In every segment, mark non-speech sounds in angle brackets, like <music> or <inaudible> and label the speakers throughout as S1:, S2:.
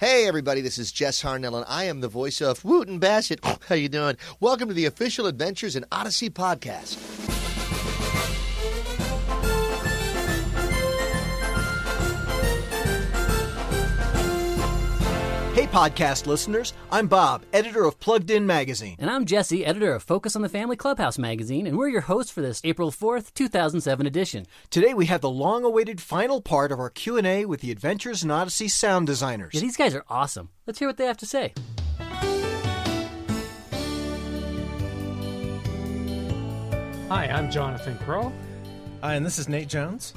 S1: Hey, everybody, this is Jess Harnell, and I am the voice of Wooten Bassett. How you doing? Welcome to the official Adventures in Odyssey podcast.
S2: Hey, podcast listeners. I'm Bob, editor of Plugged In Magazine.
S3: And I'm Jesse, editor of Focus on the Family Clubhouse magazine, and we're your hosts for this April 4th, 2007 edition.
S2: Today we have the long-awaited final part of our Q&A with the Adventures in Odyssey sound designers.
S3: Yeah, these guys are awesome. Let's hear what they have to say.
S4: Hi, I'm Jonathan Crow.
S5: Hi, and this is Nate Jones.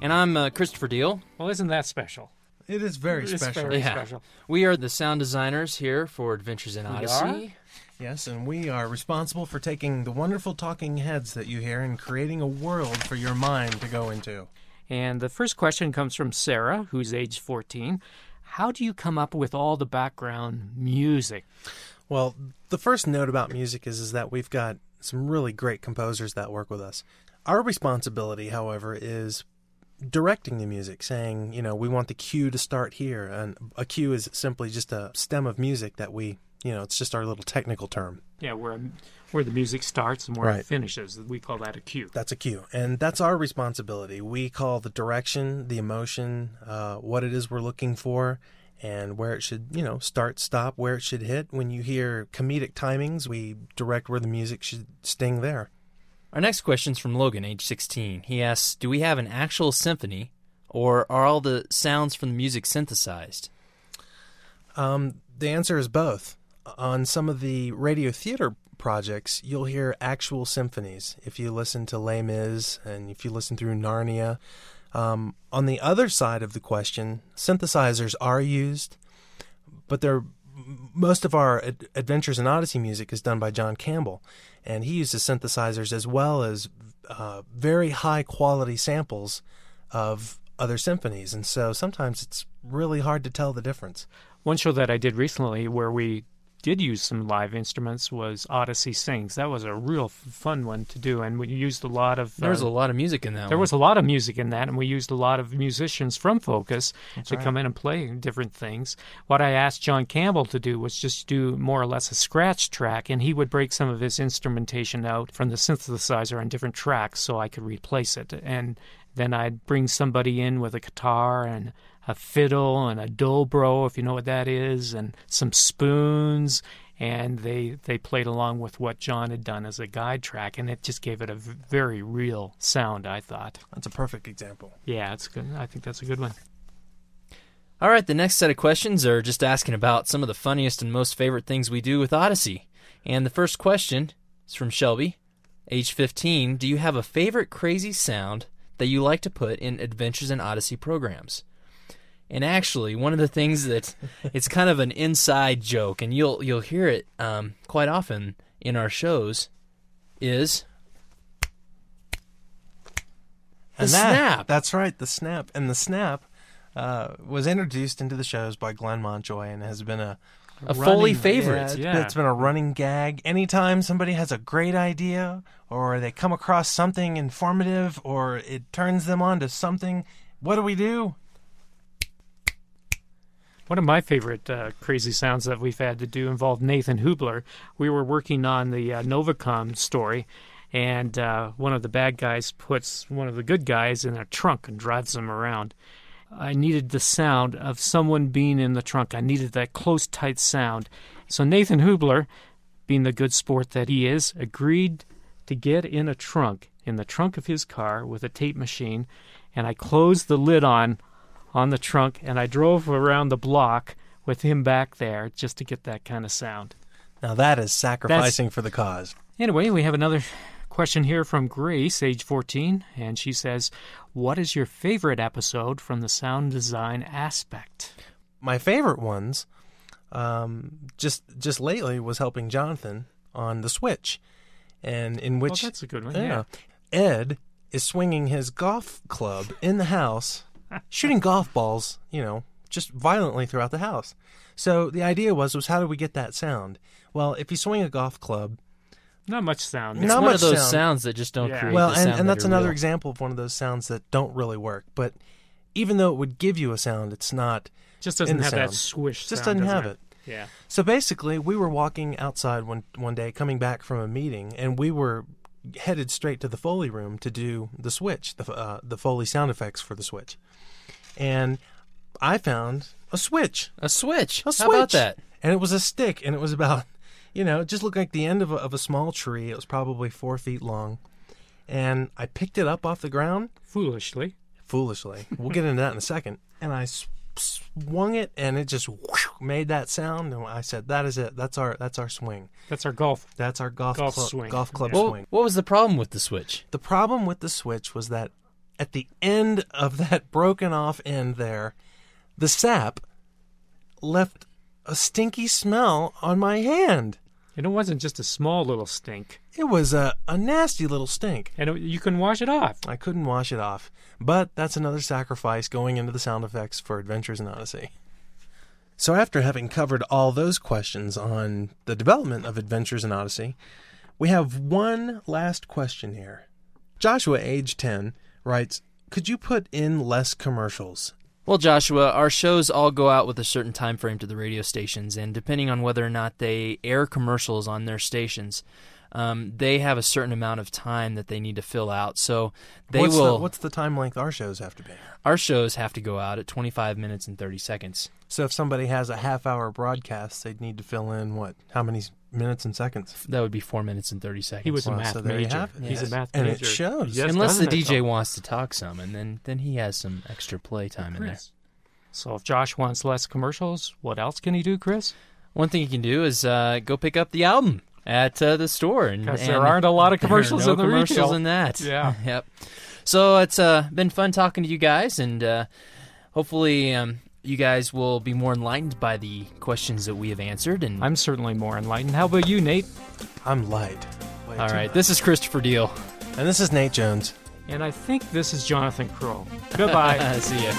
S6: And I'm uh, Christopher Deal.
S4: Well, isn't that special?
S5: It is very
S4: It's
S5: special.
S4: very- special.
S6: We are the sound designers here for Adventures in Odyssey.
S5: Yes, and we are responsible for taking the wonderful talking heads that you hear and creating a world for your mind to go into.
S4: And the first question comes from Sarah, who's age 14. How do you come up with all the background music?
S5: Well, the first note about music is, is that we've got some really great composers that work with us. Our responsibility, however, is directing the music, saying, you know, we want the cue to start here. And a cue is simply just a stem of music that we, you know, it's just our little technical term.
S4: Yeah, where where the music starts and where it
S5: Right.
S4: finishes. We call that a cue.
S5: That's a cue, and that's our responsibility. We call the direction, the emotion, uh, what it is we're looking for, and where it should, you know, start, stop, where it should hit. When you hear comedic timings, we direct where the music should sting there.
S6: Our next question's from Logan, age 16. He asks, "Do we have an actual symphony, or are all the sounds from the music synthesized?"
S5: Um, the answer is both. On some of the radio theater projects, you'll hear actual symphonies. If you listen to Les Mis and if you listen through Narnia, um, on the other side of the question, synthesizers are used, but they're m- most of our ad- Adventures in Odyssey music is done by John Campbell, and he uses synthesizers as well as uh, very high quality samples of other symphonies. And so sometimes it's really hard to tell the difference.
S4: One show that I did recently where we did use some live instruments was Odyssey Sings. That was a real f- fun one to do, and we used a lot of.
S6: There was
S4: uh,
S6: a lot of music in that.
S4: there
S6: one.
S4: was a lot of music in that, and we used a lot of musicians from Focus to come in and play different things. What I asked John Campbell to do was just do more or less a scratch track, and he would break some of his instrumentation out from the synthesizer on different tracks so I could replace it. And then I'd bring somebody in with a guitar and a fiddle and a dobro, if you know what that is, and some spoons. And they, they played along with what John had done as a guide track, and it just gave it a v- very real sound, I thought.
S5: That's a perfect example.
S4: Yeah, it's good. I think that's a good one.
S6: All right, the next set of questions are just asking about some of the funniest and most favorite things we do with Odyssey. And the first question is from Shelby, age 15. Do you have a favorite crazy sound that you like to put in Adventures in Odyssey programs? And actually, one of the things that it's kind of an inside joke, and you'll you'll hear it um, quite often in our shows, is the snap.
S5: That's right, the snap. And the snap uh, was introduced into the shows by Glenn Montjoy and has been a
S6: A Foley
S5: running-
S6: favorite.
S5: it's-
S4: yeah.
S5: it's been a running gag. Anytime somebody has a great idea or they come across something informative or it turns them on to something, what do we do?
S4: One of my favorite uh, crazy sounds that we've had to do involved Nathan Hubler. We were working on the uh, Novacom story, and uh, one of the bad guys puts one of the good guys in a trunk and drives them around. I needed the sound of someone being in the trunk. I needed that close, tight sound. So Nathan Hubler, being the good sport that he is, agreed to get in a trunk, in the trunk of his car with a tape machine, and I closed the lid on on the trunk and I drove around the block with him back there just to get that kind of sound.
S5: Now that is sacrificing for the cause.
S4: Anyway, we have another question here from Grace, age 14, and she says, What is your favorite episode from the sound design aspect?
S5: my favorite ones um, just just lately was helping Jonathan on the Switch, and in which
S4: Oh, that's a good one, yeah.
S5: Ed is swinging his golf club in the house, shooting golf balls, you know, just violently throughout the house. So the idea was was how do we get that sound? Well, if you swing a golf club,
S4: Not much sound.
S6: it's
S5: Not
S6: one
S5: much
S6: of those
S5: sound.
S6: sounds that just don't
S4: Yeah.
S6: create.
S5: well,
S6: the
S5: and,
S6: sound
S5: and
S6: that
S5: that's
S6: are
S5: another
S6: real.
S5: example of one of those sounds that don't really work. But even though it would give you a sound, it's not
S4: Just
S5: in
S4: doesn't
S5: the
S4: have that
S5: sound.
S4: swish.
S5: Just
S4: sound,
S5: doesn't have it.
S4: Yeah.
S5: So basically, we were walking outside one one day, coming back from a meeting, and we were headed straight to the Foley room to do the switch, the uh, the Foley sound effects for the switch. And I found a switch,
S6: A switch.
S5: a switch.
S6: How about that?
S5: And it was a stick, and it was about, you know, it just looked like the end of a, of a small tree. It was probably four feet long, and I picked it up off the ground
S4: Foolishly.
S5: foolishly. We'll get into that in a second. And I s- swung it, and it just whoosh, made that sound. And I said, "That is it. That's our that's our swing.
S4: That's our golf.
S5: That's our golf
S4: Golf
S5: clu-
S4: swing.
S5: golf club
S6: Well,
S5: swing."
S6: what was the problem with the switch?
S5: The problem with the switch was that at the end of that broken off end there, the sap left a stinky smell on my hand.
S4: And it wasn't just a small little stink.
S5: It was a, a nasty little stink.
S4: And it, you can wash it off.
S5: I couldn't wash it off. But that's another sacrifice going into the sound effects for Adventures in Odyssey. So, after having covered all those questions on the development of Adventures in Odyssey, we have one last question here. Joshua, age 10, writes Could you put in less commercials?
S6: Well, Joshua, our shows all go out with a certain time frame to the radio stations, and depending on whether or not they air commercials on their stations, um, they have a certain amount of time that they need to fill out. So they
S5: what's
S6: will.
S5: The, what's the time length our shows have to be?
S6: our shows have to go out at 25 minutes and 30 seconds,
S5: So, if somebody has a half hour broadcast, they'd need to fill in what? How many s- minutes and seconds?
S6: that would be four minutes and 30 seconds.
S4: He was a
S5: Well,
S4: math
S5: so there you
S4: major.
S5: have it.
S4: He's
S5: Yes.
S4: a math
S5: And it
S4: major.
S5: shows.
S4: Yes,
S6: Unless the
S4: doesn't it?
S6: DJ wants to talk some, and then, then he has some extra play time in there.
S4: Chris. So if Josh wants less commercials, what else can he do, Chris?
S6: One thing you can do is uh, go pick up the album at uh, the store, and,
S4: Because
S6: and
S4: there aren't a lot of
S6: <laughs> there are
S4: commercials
S6: no
S4: in the
S6: commercials
S4: retail.
S6: in that.
S4: Yeah.
S6: <laughs> yep. So it's uh, been fun talking to you guys, and uh, hopefully um, you guys will be more enlightened by the questions that we have answered. And
S4: I'm certainly more enlightened. How about you, Nate?
S5: I'm light. Way
S6: all
S5: too
S6: right, this is Christopher Deal. <laughs>
S5: And this is Nate Jones.
S4: And I think this is Jonathan Kroll. Goodbye.
S6: <laughs> See ya.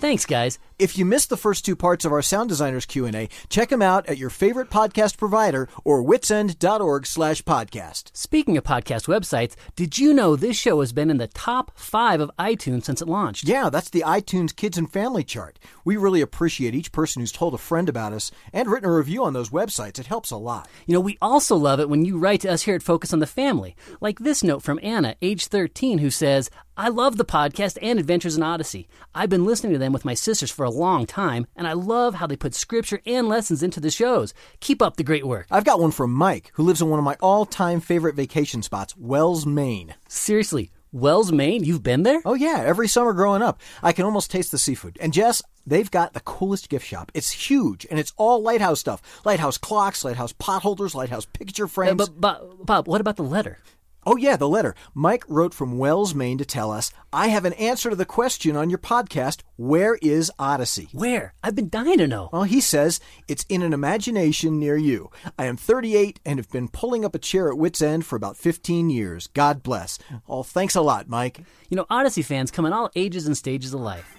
S3: Thanks, guys.
S2: If you missed the first two parts of our sound designers Q&A, check them out at your favorite podcast provider or witsend.org slash podcast.
S3: Speaking of podcast websites, did you know this show has been in the top five of iTunes since it launched?
S2: Yeah, that's the iTunes Kids and Family chart. We really appreciate each person who's told a friend about us and written a review on those websites. It helps a lot.
S3: You know, we also love it when you write to us here at Focus on the Family, like this note from Anna, age 13, who says, I love the podcast and Adventures in Odyssey. I've been listening to them with my sisters for a long time, and I love how they put scripture and lessons into the shows. Keep up the great work.
S2: I've got one from Mike, who lives in one of my all-time favorite vacation spots, Wells, Maine.
S3: Seriously, Wells, Maine, you've been there?
S2: Oh yeah, every summer growing up, I can almost taste the seafood. And Jess, they've got the coolest gift shop. It's huge, and it's all lighthouse stuff: lighthouse clocks, lighthouse potholders, lighthouse picture
S3: Uh,
S2: frames.
S3: but, Bob, Bob, what about the letter?
S2: Oh, yeah, the letter. Mike wrote from Wells, Maine to tell us I have an answer to the question on your podcast Where is Odyssey?
S3: Where? I've been dying to know.
S2: Well, he says it's in an imagination near you. I am 38 and have been pulling up a chair at Wits End for about 15 years. God bless. Oh, thanks a lot, Mike.
S3: You know, Odyssey fans come in all ages and stages of life.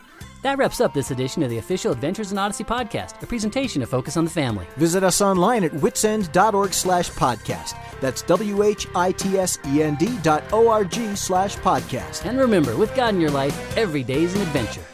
S3: That wraps up this edition of the official Adventures in Odyssey podcast, a presentation of Focus on the Family.
S2: Visit us online at witsend.org slash podcast. That's W H I T S E N D dot O R G slash podcast.
S3: And remember, with God in your life, every day is an adventure.